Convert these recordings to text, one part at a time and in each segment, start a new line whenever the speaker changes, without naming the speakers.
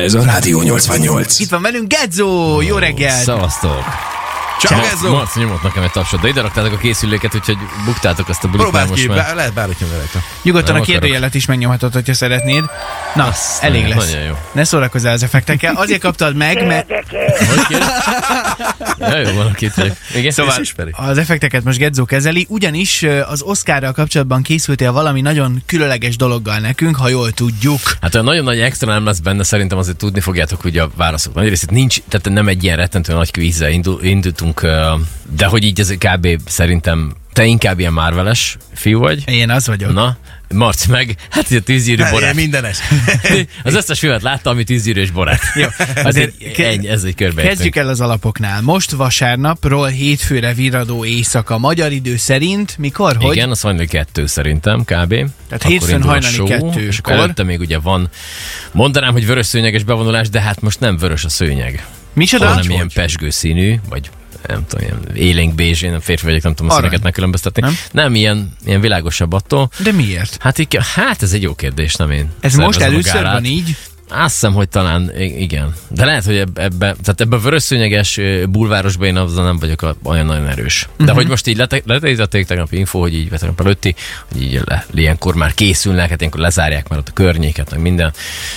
Ez a Rádió 88.
Itt van velünk Gedzó, jó reggel!
Szevasztok!
Csak ez
Ma- Marci nyomott nekem egy tapsot, de ide raktátok a készüléket, úgyhogy buktátok azt a bulit már
Próbáld
most
ki,
már.
bá- lehet bárhogy nyomja rajta.
Nyugodtan
Nem
a
akarok.
kérdőjelet is megnyomhatod, hogyha szeretnéd. Na,
Azt
elég
nagyon-
lesz.
nagyon jó.
Ne szórakozzál az effektekkel. Azért kaptad meg, mert
Hogy kér? ja, jó, van a két vagyok. Igen?
Szóval az effekteket most Gedzó kezeli, ugyanis ö, az Oscarral kapcsolatban készültél valami nagyon különleges dologgal nekünk, ha jól tudjuk.
Hát olyan nagyon nagy extra nem lesz benne, szerintem azért tudni fogjátok, hogy a válaszok nagy részét nincs, tehát nem egy ilyen rettentő nagy kvízzel indul, indultunk, ö, de hogy így ez kb. szerintem te inkább ilyen márveles fiú vagy.
Én az vagyok.
Na, Marci meg, hát így a tűzírő
Hát, ilyen
borát.
Mindenes.
Az összes filmet látta, ami tűzírő és borát. Jó,
azért
azért
ke-
egy, ez egy körbe.
Kezdjük el az alapoknál. Most vasárnapról hétfőre viradó éjszaka magyar idő szerint, mikor, hogy?
Igen, az hajnali kettő szerintem kb. Tehát
hétfőn hajnali kettőkor.
És akkor előtte még ugye van, mondanám, hogy vörös szőnyeges bevonulás, de hát most nem vörös a szőnyeg,
Micsoda?
hanem ilyen pesgő színű, vagy nem tudom, ilyen élénk bézs, én nem férfi vagyok, nem tudom a
Arany.
színeket megkülönböztetni.
Nem?
Nem? nem ilyen, ilyen világosabb attól.
De miért?
Hát, így, hát ez egy jó kérdés, nem én.
Ez most
szervezem a
először
gálát.
van így?
Azt hiszem, hogy talán i- igen. De lehet, hogy eb- ebbe, tehát ebbe a vörösszőnyeges ö, bulvárosban én azzal nem vagyok a- olyan nagyon erős. De hogy most így lete- letérítették tegnap info, hogy így tegnap előtti, hogy így le, ilyenkor már készülnek, hát ilyenkor lezárják már ott a környéket, meg minden.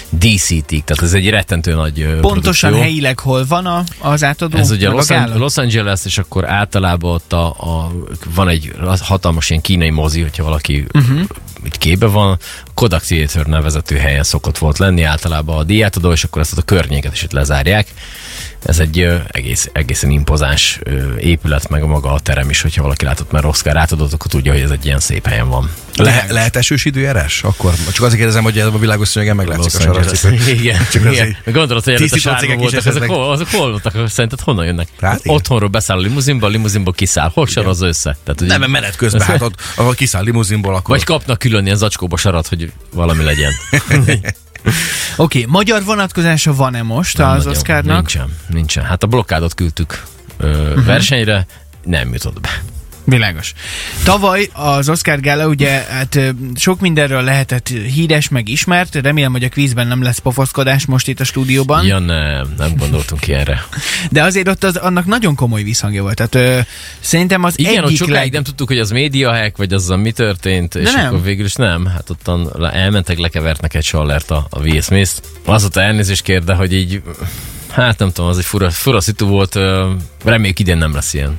DCT-ig, tehát ez egy rettentő nagy ö,
Pontosan
produkció.
helyileg hol van a, az átadó?
Ez ugye
meg a
Los,
gála?
An- Los Angeles, és akkor általában ott a, a, van egy hatalmas ilyen kínai mozi, hogyha valaki
Mhm.
uh-huh. itt képbe van, Kodak Theater nevezetű helyen szokott volt lenni általában a díjátadó, és akkor ezt a környéket is itt lezárják. Ez egy ö, egész, egészen impozáns ö, épület, meg a maga a terem is, hogyha valaki látott már Oscar átadót, akkor tudja, hogy ez egy ilyen szép helyen van.
Le- lehet esős időjárás? Akkor csak azért kérdezem, hogy ebben a világos szőnyegen meglátszik a saracipő.
Igen,
Csak az
igen.
így.
Gondolod, hogy előtt a
Tisztító
sárga
cégek is
voltak, azok
esetleg.
hol, azok hol voltak, szerinted honnan jönnek?
Hát igen.
Otthonról beszáll a limuzinba, a limuzinból kiszáll, hol sarozza össze? Tehát, hogy
Nem, mert menet közben, hát ott, ahol kiszáll limuzinból, akkor...
Vagy kapnak külön ilyen zacskóba sarat, hogy valami legyen.
Hát
Oké, okay, magyar vonatkozása van-e most az
Nagyon.
Oscarnak?
Nincsen, nincsen. Hát a blokkádot küldtük ö,
Mhm.
versenyre, nem jutott be.
Világos. Tavaly az Oscar Gála ugye hát ö, sok mindenről lehetett híres, meg ismert. Remélem, hogy a kvízben nem lesz pofoszkodás most itt a stúdióban. Ja.
Ja, nem, nem gondoltunk ilyenre.
De azért ott az, annak nagyon komoly visszhangja volt. Tehát ö, szerintem az
Igen, ott
egyik
sokáig nem tudtuk, hogy az médiahack, vagy azzal mi történt, és
nem.
akkor végül is nem. Hát ottan le- elmentek, lekevertnek egy sallert a, a Will Smith-t. Azóta elnézést kér, de hogy így, hát nem tudom, az egy fura, fura szitu volt. ö, Reméljük idén nem lesz ilyen.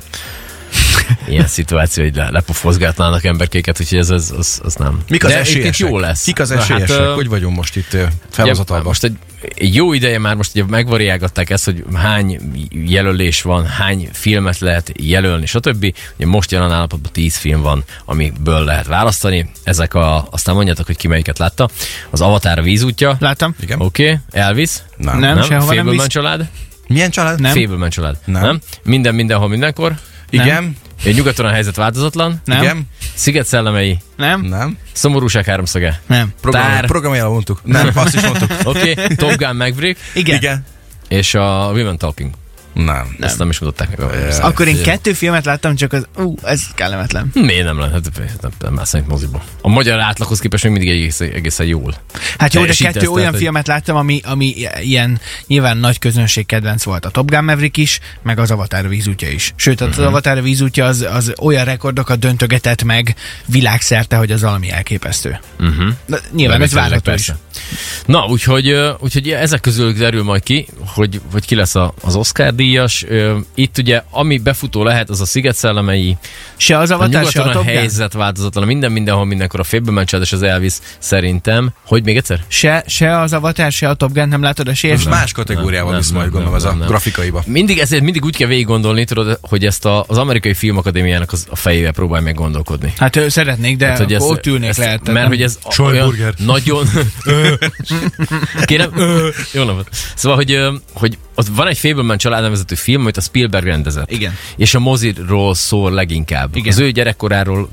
Ilyen szituáció, hogy le, lepofozgátnának emberkéket, úgyhogy ez, ez az, az nem.
Mik az
de egyébként
esélyesek?
jó lesz.
Kik az
Na, hát,
esélyesek?
ö,
hogy vagyunk most itt ö,
Ugye,
felhozatalban?
Most egy, egy jó ideje már most ugye megvariálgatták ezt, hogy hány jelölés van, hány filmet lehet jelölni, stb. Ugye most jelen állapotban 10 film van, amikből lehet választani. Ezek a, aztán mondjátok, hogy ki melyiket látta. Az Avatar a vízútja.
Láttam?
Igen.
Oké, okay. Elvis.
Nem.
Nem, sehova nem
Fableman
visz.
család.
Milyen család?
Nem.
Fableman család.
Nem.
Minden, mindenhol, mindenkor.
Igen.
Egy nyugaton a helyzet változatlan.
Nem.
Igen.
Sziget szellemei.
Nem?
Nem.
Szomorúság háromszöge.
Nem.
Program,
Tár.
programjára mondtuk. Nem, azt is mondtuk.
Oké, okay. Top Gun Maverick.
Igen. Igen.
Igen.
És a Women Talking.
Nem.
Ezt nem is mutatták meg. a
Akkor én kettő filmet láttam, csak az... Ú, ez kellemetlen.
Miért nem lehet? Hát, nem, nem már szerint moziba. A magyar átlaghoz képest még mindig egész, egészen jól.
Hát jó, de
teljesítesz,
kettő olyan
tehát, hogy-
filmet láttam, ami, ami i- ilyen nyilván nagy közönség kedvenc volt. A Top Gun Maverick is, meg az Avatar vízútja is. Sőt,
Mhm.
az uh-huh. Avatar vízútja az, az olyan rekordokat döntögetett meg világszerte, hogy az valami elképesztő.
Uh-huh.
De nyilván ez várható is.
Na, úgyhogy, ö, úgyhogy ezek közül derül majd ki, hogy, hogy ki lesz a, az Oscar díjas. Ö, Itt ugye, ami befutó lehet, az a Sziget szellemei,
Se az
a
Avatar, se a
nyugaton a
Top Gun.
helyzet változatlan, minden mindenhol, mindenkor a Fableman család és az Elvis szerintem. Hogy még egyszer?
Se, se az Avatar, se a Top Gun nem látod a
És
sérst.
más kategóriával
nem,
visz majd,
nem,
gondolom, ez
nem,
a
nem.
grafikaiba.
Mindig, ezért mindig úgy kell végig gondolni, tudod, hogy ezt a, az amerikai filmakadémiának az, a fejével próbálj meg gondolkodni.
Hát ő, szeretnék, de hát,
Tehát, hogy
akkor
ezt,
ott ülnék
ezt,
lehet.
Mert hogy ez a-
Sajburger.
nagyon... Kérem, jó napot. Szóval, hogy, ö, hogy ott van egy Fableman család nevezetű film, amit a Spielberg rendezett.
Igen.
És a moziról szól leginkább.
Igen.
Az ő gyerekkoráról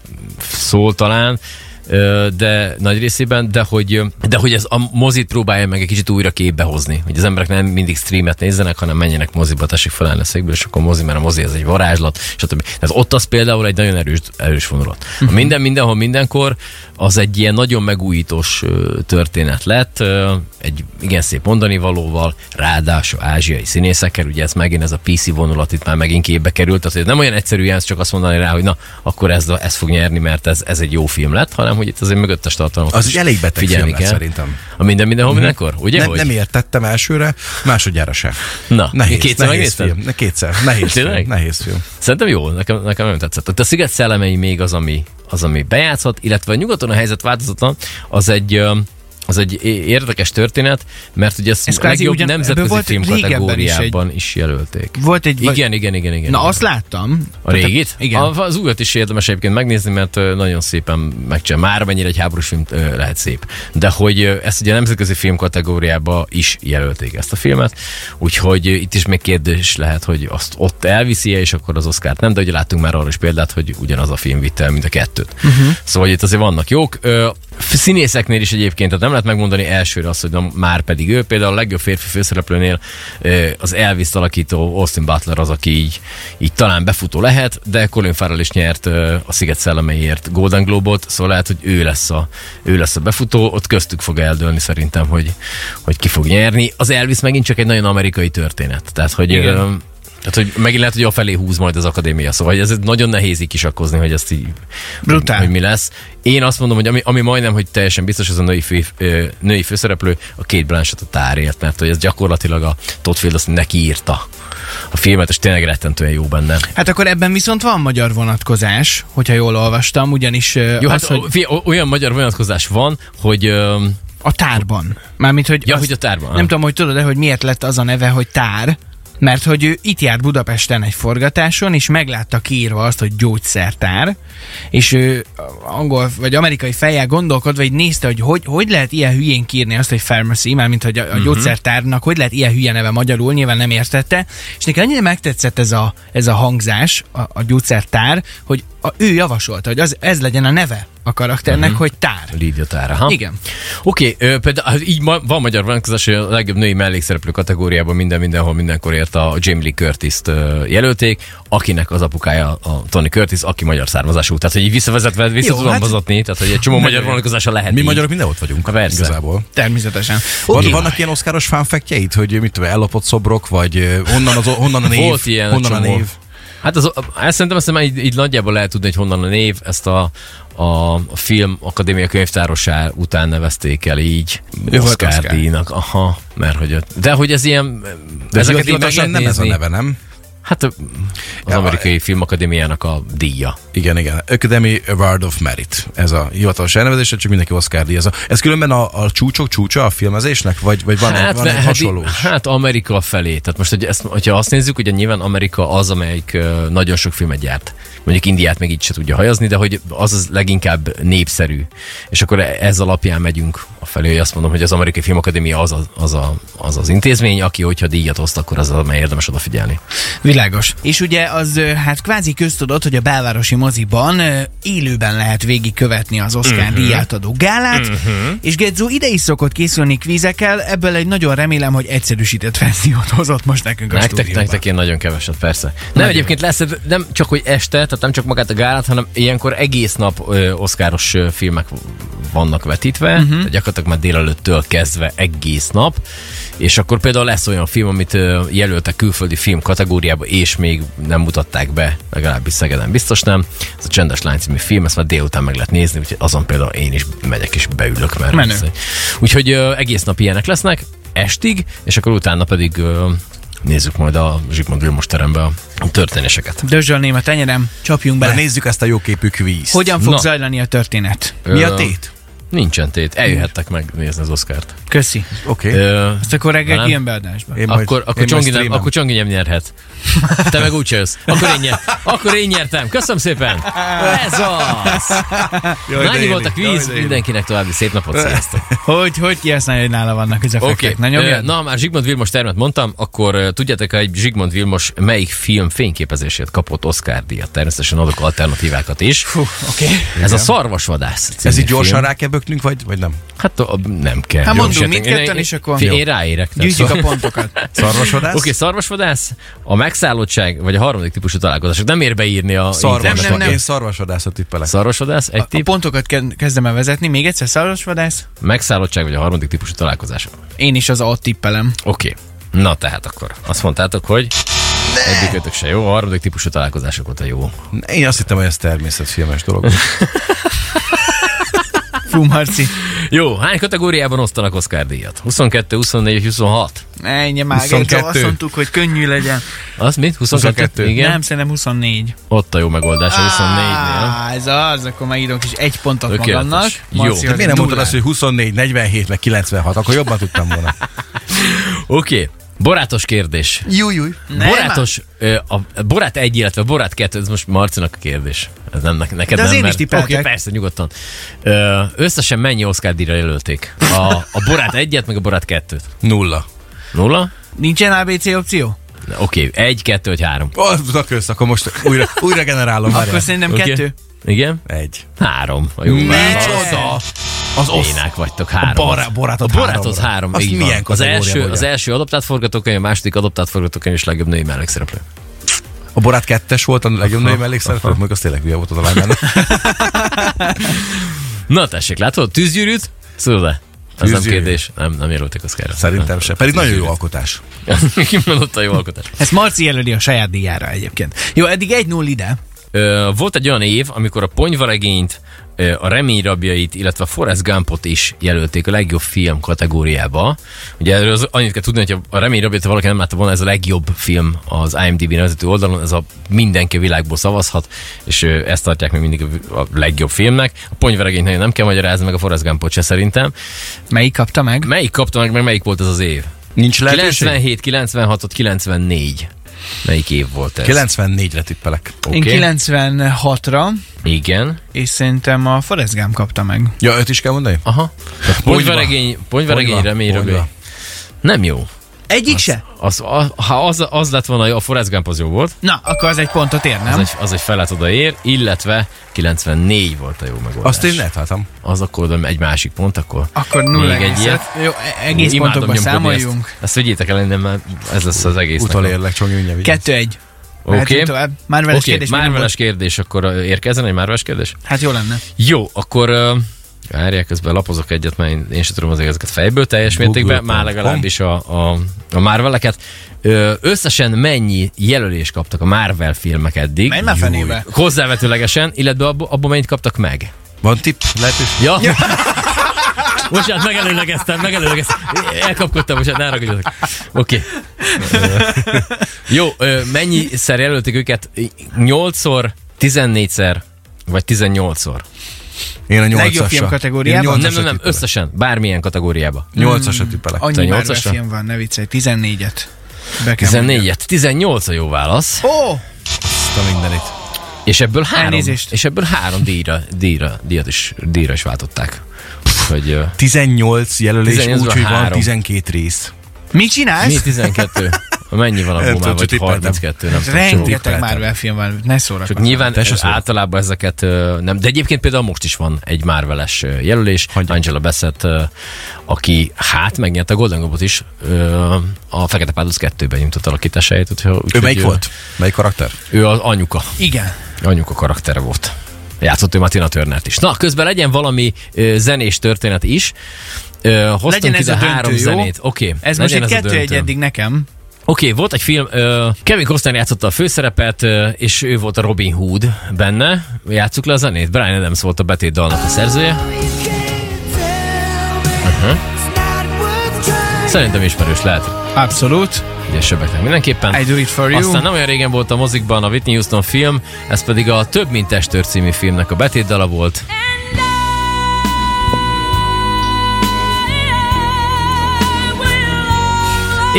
szól talán, ö, de nagy részében, de hogy, de hogy ez a mozit próbálja meg egy kicsit újra képbe hozni. Hogy az emberek nem mindig streamet nézzenek, hanem menjenek moziba, tessék felállni a székből, és akkor mozi, mert a mozi ez egy varázslat, stb. Tehát ott az például egy nagyon erős, erős vonulat. A minden, mindenhol, mindenkor az egy ilyen nagyon megújítós ö, történet lett, ö, egy igen szép mondani valóval, ráadásul ázsiai színészekkel, ugye ez megint ez a PC vonulat itt már megint képbe került, tehát hogy nem olyan egyszerűen csak azt mondani rá, hogy na, akkor ez, ez fog nyerni, mert ez, ez egy jó film lett, hanem hogy itt azért mögöttes tartalmak
Az
is
egy elég beteg
figyelni
film lett
kell.
szerintem.
A minden mindenhol mindenkor, ugye?
Nem,
hogy?
nem értettem elsőre, másodjára sem.
Na,
Nehéz,
kétszer
nehéz
megnézted?
film. Ne, Kétszer, nehéz film.
Tényleg?
Nehéz film.
Szerintem jó, nekem, nekem nagyon tetszett. Tehát a Sziget szellemei még az, ami, az, ami bejátszott, illetve a nyugaton a helyzet változatlan, az egy ö, az egy é- érdekes történet, mert ugye ezt
Ez
ez
kvázi
legjobb
ugyan-
nemzetközi
ebből volt
film
régebben is
kategóriában is, is jelölték.
Volt egy...
Igen, igen, igen, igen.
Na, azt láttam.
A régit?
Igen.
A, az újat is érdemes egyébként megnézni, mert ö, nagyon szépen megcsinál. Már mennyire egy háborús film ö, lehet szép. De hogy ö, ezt ugye a nemzetközi film kategóriába is jelölték ezt a filmet, úgyhogy ö, itt is még kérdés lehet, hogy azt ott elviszi és akkor az oszkárt nem, de ugye láttunk már arra is példát, hogy ugyanaz a film vitte el mind a kettőt. Uh-huh. Szóval itt azért vannak jók. Ö, f- Színészeknél is egyébként, tehát nem lehet megmondani elsőre azt, hogy na, már pedig ő. Például a legjobb férfi főszereplőnél ö, az Elvis alakító Austin Butler az, aki így, így talán befutó lehet, de Colin Farrell is nyert ö, a Sziget szellemeiért Golden Globe-ot, szóval lehet, hogy ő lesz a, ő lesz a befutó, ott köztük fog eldőlni szerintem, hogy, hogy ki fog nyerni. Az Elvis megint csak egy nagyon amerikai történet, tehát hogy
Igen.
ö, tehát, hogy megint lehet, hogy a felé húz majd az akadémia, szóval hogy ez nagyon nehéz így kisakozni, hogy ezt így,
Brutál.
hogy mi lesz. Én azt mondom, hogy ami, ami majdnem, hogy teljesen biztos, az a női, fő, ö, női főszereplő, a két Blanchett a tárért, mert hogy ez gyakorlatilag a Todd Field azt neki írta a filmet, és tényleg rettentően jó benne.
Hát akkor ebben viszont van magyar vonatkozás, hogyha jól olvastam, ugyanis ö,
Jó,
az,
hát
hogy
hogy... olyan magyar vonatkozás van, hogy ö,
a tárban. Mármint, hogy,
Ja,
azt-
hogy a tárban.
Nem tudom, hogy tudod-e, hogy miért lett az a neve, hogy tár, mert hogy ő itt járt Budapesten egy forgatáson, és meglátta kiírva azt, hogy gyógyszertár, és ő angol vagy amerikai fejjel gondolkodva így nézte, hogy hogy, hogy lehet ilyen hülyén kiírni azt, hogy pharmacy, mármint hogy a, a gyógyszertárnak, hogy lehet ilyen hülye neve magyarul, nyilván nem értette, és neki annyira megtetszett ez a, ez a hangzás, a, a gyógyszertár, hogy a, ő javasolta, hogy az, ez legyen a neve a karakternek, hogy tár.
Lívja tára, ha?
Igen.
Oké, okay, például hát így ma, van magyar vonatkozás, hogy a legjobb női mellékszereplő kategóriában minden mindenhol mindenkor ért a Jamie Lee curtis jelölték, akinek az apukája a Tony Curtis, aki magyar származású. Tehát, hogy így visszavezetve vissza
Jó,
tudom
hát-
hozatni, tehát, hogy egy csomó magyar vonatkozása lehet.
Mi
így.
magyarok minden ott vagyunk.
Persze.
Igazából.
Természetesen.
Okay. Vannak ilyen oszkáros fanfektjeid, hogy mit tudom, ellopott szobrok, vagy ö, honnan, az, honnan a név?
Volt ilyen
honnan a
csomó.
név?
Hát az, ezt szerintem ezt már így, így nagyjából lehet tudni, hogy honnan a név, ezt a, a, a film Akadémia könyvtárosá után nevezték el így
Ő volt
Oscar
Oscar.
díjnak. Aha, mert hogy... a- De hogy ez ilyen...
De
ezeket
ezeket
így meg lehet
hivatalosan nem ez a
nézni.
neve, nem?
Hát ö, az
Ja,
amerikai filmakadémiának a díja.
Igen, igen. Academy Award of Merit. Ez a hivatalos elnevezés, csak mindenki Oscar díjaza. Ez különben a, a csúcsok csúcsa a filmezésnek, vagy, vagy van, hát, van
ne-
egy hasonló?
hát Amerika felé. Tehát most, hogy ezt, hogyha azt nézzük, ugye nyilván Amerika az, amelyik ö, nagyon sok filmet gyárt. Mondjuk Indiát még így se tudja hajazni, de hogy az az leginkább népszerű. És akkor e- ez alapján megyünk a felé, hogy azt mondom, hogy az Amerikai Filmakadémia az a, az, a, az, az intézmény, aki, hogyha díjat oszt, akkor az, amely érdemes odafigyelni.
Világos. És ugye az ö, hát kvázi köztudott, hogy a belvárosi moziban ö, élőben lehet végigkövetni az Oscar
Mhm.
uh-huh. díjátadó gálát, uh-huh. és Gedzó ide is szokott készülni kvízekkel, ebből egy nagyon remélem, hogy egyszerűsített verziót hozott most nekünk a
Nektek,
stúdióban.
nektek én nagyon keveset, persze. Nem nagyon. egyébként lesz, nem csak, hogy este, tehát nem csak magát a gálát, hanem ilyenkor egész nap ö, oszkáros ö, filmek vannak vetítve,
Mhm.
uh-huh. tehát gyakorlatilag már délelőttől kezdve egész nap, és akkor például lesz olyan film, amit ö, jelöltek külföldi film kategóriába, és még nem mutatták be, legalábbis Szegeden biztos nem. Ez a Csendes Lány című film, ezt már délután meg lehet nézni, úgyhogy azon például én is megyek és beülök, mert
Menő.
ez- Úgyhogy ö, egész nap ilyenek lesznek, estig, és akkor utána pedig ö, nézzük majd a Zsigmond Vilmos terembe a történéseket.
Dözsöl néma tenyerem, csapjunk
Na,
bele.
nézzük ezt a jóképű kvízt.
Hogyan fog
Na.
zajlani a történet?
Mi a tét?
Nincsen tét. Eljöhettek megnézni az Oscárt.
Köszi.
Oké. Okay.
Ö,
Ezt akkor reggel
Velem?
ilyen beadásban.
Én majd-
akkor, akkor,
én majd
Csongi nem,
streamen.
akkor Csongi nem nyerhet. Te meg úgy se jössz. Akkor én, nyer, akkor én nyertem. Köszönöm szépen. Ez az.
de
Nagy
éli,
volt a
jaj,
kvíz.
de éli.
Mindenkinek további szép napot. Sziasztok.
Hogy, hogy kihasználja, hogy nála vannak az
Oké,
effektek?
okay.
Okay.
Ö, na már Zsigmond Vilmos termet mondtam, akkor ö, tudjátok, hogy Zsigmond Vilmos melyik film fényképezését kapott Oscar díjat? Természetesen adok alternatívákat is. Fú,
oké.
Ez a Szarvasvadász című
Ez így gyorsan
film.
rá kell böknünk, vagy, vagy nem?
Hát a, nem kell.
Hát
Jó,
mondunk
se-
mindketten,
én-
és akkor-
Fi-
Jó.
Én ráérek. tehát-
Gyűjtjük a pontokat.
Szarvasvadász?
Oké, okay, szarvasvadász, a megszállottság, vagy a harmadik típusú találkozások. Nem ér beírni a
Szarvas,
interneten.
nem, nem, nem. Én
nem.
szarvasvadászot tippelek.
Szarvasvadász, egy
A
tipp,
pontokat ke- kezdem el vezetni. Még egyszer szarvasvadász.
megszállottság, vagy a harmadik típusú találkozások.
Én is az A tippelem.
Oké. Okay. Na tehát akkor. Azt mondtátok, hogy egyikötök se jó, a harmadik típusú találkozások óta jó.
Én azt hittem, hogy ez természetfilmes dolog.
Fú, Marci.
Jó, hány kategóriában osztanak Oscar díjat? 22, 24, 26?
Ennyi már,
22.
Gergő, azt mondtuk, hogy könnyű legyen.
Az mit? 22?
22.
Igen,
Nem, szerintem 24.
ott a jó megoldás, a 24-nél.
Á, ez az, akkor megírok is egy pontot
Tökéletes.
magamnak.
Jó.
Marci,
De
az
Miért nem mondtad
nullát.
azt, hogy 24, 47, meg 96? Akkor jobban tudtam volna.
Oké, okay. borátos kérdés.
Júj, júj.
Nem,
borátos, ö, a, a borát egy, illetve a borát kettő, ez most Marcinak a kérdés. Ez nem, ne- neked
De az
nem,
én is
mert-
tippeltek.
Oké, okay, persze, nyugodtan. Ö, összesen mennyi Oscar díjra jelölték? A, a borát egyet, meg a borát kettőt.
Nulla.
Nulla?
Nincsen ABC opció?
Na, Oké, okay. egy, kettő, vagy három.
Oh, na kösz, akkor most újra, újra generálom.
Akkor szerintem
Oké.
kettő.
Igen?
Egy.
Három. A jó
Micsoda! Az osz.
Bénák vagytok három.
A bará- borátot
a borátot
háromra.
három.
Azt
így van.
milyen
az,
kategória
első,
mondja?
az e- első adaptált forgatókönyv, a második adaptált forgatókönyv és legjobb női mellékszereplő.
A borát kettes volt, a legjobb női mellékszereplő, meg az tényleg hülye volt az a lányának.
Na tessék, látod? Tűzgyűrűt? Tudod-e? Ez nem
Tűzgyűrű.
kérdés. Nem, nem jelölték az kell.
Szerintem se. Pedig nagyon jó alkotás.
Kimondott a jó alkotás.
Ezt Marci jelöli a saját díjára egyébként. Jó, eddig egy 0 ide.
Ö, volt egy olyan év, amikor a ponyvaregényt, ö, a remény rabjait, illetve a Forrest Gumpot is jelölték a legjobb film kategóriába. Ugye erről az, annyit kell tudni, hogy a remény rabjait, ha valaki nem látta volna, ez a legjobb film az IMDb nevezető oldalon, ez a mindenki a világból szavazhat, és ö, ezt tartják még mindig a- a legjobb filmnek. A ponyvaregényt nagyon nem kell magyarázni, meg a Forrest Gumpot se szerintem.
Melyik kapta meg?
Melyik kapta meg, meg melyik volt ez az év?
Nincs lehetőség?
97, 96, 94. Melyik év volt ez?
94-re tippelek.
Én
Oké.
96-ra,
Igen.
és szerintem a Forrest Gump kapta meg.
Ja, öt is kell mondani?
Aha. Ponyvaregény, ponyvaregény
Ponyva,
remény
ponyva.
remény. Nem jó.
Egyik se?
Az, az, ha az, az lett volna, jó, a Forrest Gump az jó volt,
Na, akkor az egy pontot ér,
az
nem?
egy, az egy felett odaér, illetve 94 volt a jó megoldás.
Azt én hát, netáltam.
Az akkor oda egy másik pont, akkor
Akkor
még
0
egy ilyet.
Jó, e- egész pontokban
nyomkodni
számoljunk.
Ezt, ezt vigyétek el, innen már ez lesz az egész.
Utolérlek, Csongi, mindjárt vigyázz.
Kettő egy.
Oké.
Mehetünk tovább. Marvel-es
Oké, okay,
kérdés. még nem
márveles kérdés, akkor ö, érkezzen egy márveles kérdés?
volt. Hát jó lenne.
Jó, akkor ö, várják, közben lapozok egyet, mert én, én sem tudom az ezeket fejből teljes
Google
mértékben, már
pont com.
legalábbis a, a, a Marveleket. Ö, Összesen mennyi jelölést kaptak a Marvel filmek eddig?
Menj már fenébe.
Júj. Hozzávetőlegesen, illetve abba- abban mennyit kaptak meg?
Van tipp? Lehetőség?
Ja? ja. Bocsánat, megelőlegeztem, megelőlegeztem. Elkapkodtam, bocsánat, ne ragadjatok. Oké. Ö, Jó, ö, mennyiszer jelölték őket? 8-szor, 14-szer, vagy 18-szor?
Én a
Legjobb
8-assal.
film kategóriában?
Én a
Nem,
8-assal
nem, nem,
tippelek.
összesen, bármilyen kategóriába.
8-asra tippelek.
Annyi Marvel
18-asra?
film van, ne viccelj. 14-et. Be kell mondjam.
14-et, 18 a jó válasz,
Ó!
Azt a mindenit.
és ebből három,
Elnézést.
és ebből három díjra, díjra, díjat is, díjra is váltották. Hogy, ö,
18 jelölés,
18-ban
úgyhogy van
három.
12 rész.
Mit
mi
csinálsz?
12? Mennyi van
Nem
a már,
tudom, csak
vagy
tippeltem.
32, nem tudom. sok.
Rengeteg
Tippeltem.
Marvel film van, ne
Csak
szórakozz.
nyilván
Te se
ö,
szólsz.
általában ezeket ö, nem, de egyébként például most is van egy Marveles ö, jelölés, Angela Bassett, ö, aki hát megnyerte a Golden Globot is, ö, a Fekete Pálduc 2-ben nyújtott alakításáját. úgyhogy-
Ő
úgyhogy,
melyik volt? Melyik karakter?
Ő az anyuka.
Igen.
anyuka karaktere volt. Játszott ő Martina Turnert is. Na, közben legyen valami ö, zenés történet is. Ö, hoztunk
Legyen ez
ide
a döntő,
három
jó?
zenét. Oké,
Ez most
legyen
egy
a
kettő egy
döntő.
eddig nekem.
Oké, volt egy film, ö, Kevin Costner játszotta a főszerepet, ö, és ő volt a Robin Hood benne. Játsszuk le a zenét. Brian Adams volt a betét dalnak a szerzője. Szerintem ismerős lehet.
Abszolút.
Ügyesebbeknek mindenképpen.
I do it for you.
Aztán nem olyan régen volt a mozikban a Whitney Houston film, ez pedig a Több mint testőr című filmnek a betétdala volt.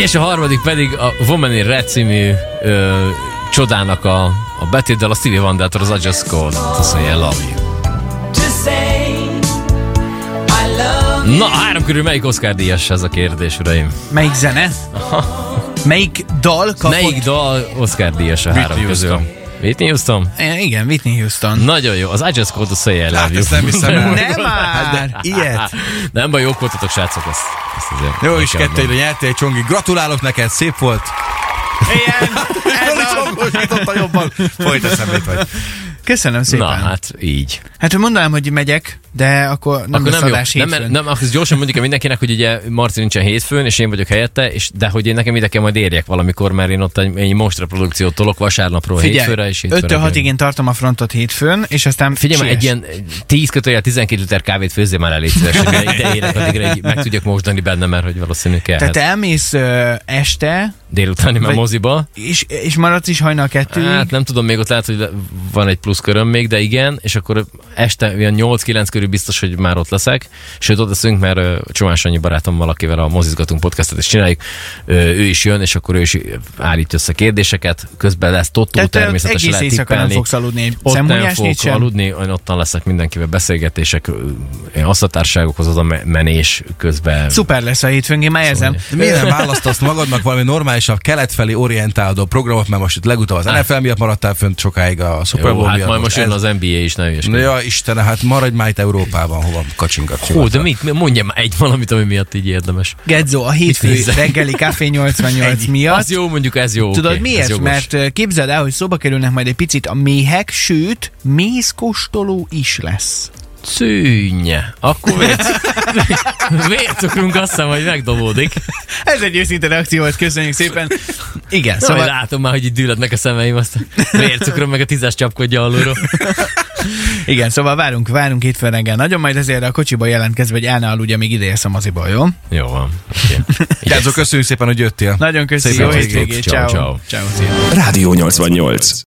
És a harmadik pedig a Woman in Red című ö, csodának a, a betétdel, a Stevie Wondertől az I Just Called. Azt mondja, I love you. Na, három körül melyik Oscar díjas ez a kérdés, uraim?
Melyik zene? Melyik dal kapott?
Melyik dal Oscar díjas a három közül?
Houston.
Whitney Houston?
É, Igen, Whitney Houston.
Nagyon jó, az I Just Called to Say I Love
Hát
You.
ezt nem hiszem el.
Nem
Hát de
már!
ilyet.
Nem baj, jók voltatok, srácok, ezt, ezt azért
Jó,
el
és
kell mondani.
kettőre nyertél, Csongi. Gratulálok neked, szép volt.
Igen, ez az.
Csongosította jobban. Folyt eszemét vagy.
Köszönöm szépen.
Na, hát így.
Hát én mondanám, hogy megyek, de akkor nem
Akkor
lesz
nem jó.
adás
Nem,
hétfőn.
mert- nem, akkor gyorsan mondjuk el mindenkinek, hogy ugye Marci nincsen hétfőn, és én vagyok helyette, és de hogy én nekem ide kell majd érjek valamikor, mert én ott egy, egy mostra produkciót tolok vasárnapról hétfőre,
Figyelj,
és hétfőre.
5-6
kell.
igen tartom a frontot hétfőn, és aztán
Figyelj, már,
siess.
egy ilyen 10 kötőjel 12 liter kávét főzzél már elég szíves, hogy ide érek, addigra így meg tudjak mosdani benne, mert hogy valószínű kell.
Tehát
Tehát
te elmész ö, este,
délutáni már
vagy-
moziba.
és, és maradsz is hajnal kettő.
Hát nem tudom, még ott lehet, hogy van egy plusz köröm még, de igen, és akkor este olyan 8-9 körül biztos, hogy már ott leszek, sőt ott leszünk, mert ö, Csomás annyi barátom valakivel a mozizgatunk podcastet is csináljuk, Ö, ő is jön, és akkor ő is állít össze kérdéseket, közben lesz totó
Tehát te
természetesen
egész
lehet
éjszaka nem
tippelni.
fogsz aludni, egy
Ott nem
szemhunyás
fogok
nincs sem.
aludni, én ottan leszek mindenkivel beszélgetések, ö, ilyen asztatárságokhoz oda me- menés közben.
Szuper lesz a hétfőn, én már
Szóval
érzem.
De Miért nem választasz magadnak valami normálisabb, kelet felé orientálódó programot, mert most itt legutóbb az NFL miatt maradtál fönt sokáig a Super
Jó,
Bowl
hát
miatt.
majd most jön az
ez-
NBA is, ne
Na
hülyeskedj.
ja, Istenem, hát maradj már itt Európában, hova kacsingat.
Hú, de mit, mondja már egy valamit, ami miatt így érdemes.
Gedzó, a hétfő
nézzel?
reggeli Café 88 miatt.
Az jó, mondjuk ez jó.
Hát, Tudod
oké, ez
miért?
jogos.
Mert ö, képzeld el, hogy szóba kerülnek majd egy picit a méhek, sőt, mézkóstoló is lesz.
Szűnye. Akkor vért... vércukrunk azt hiszem, hogy megdobódik.
Ez egy őszinte reakció volt, köszönjük szépen. Igen,
Szóval
szóval
látom már, hogy itt dűlödnek a szemeim, azt a vércukrom meg a tízes csapkodja alulról.
Igen, szóval várunk, várunk hétfőn reggel. Nagyon majd ezért a kocsiba jelentkezve, hogy el ne aludj, amíg ide érsz a moziból, jó?
Jó van. Okay.
Játszó, köszönjük szépen, hogy jöttél.
Nagyon köszönjük,
Szép
jó
napot.
hétvégét, ciao.
Ciao, ciao.
ciao. ciao. szia.
Rádió 88.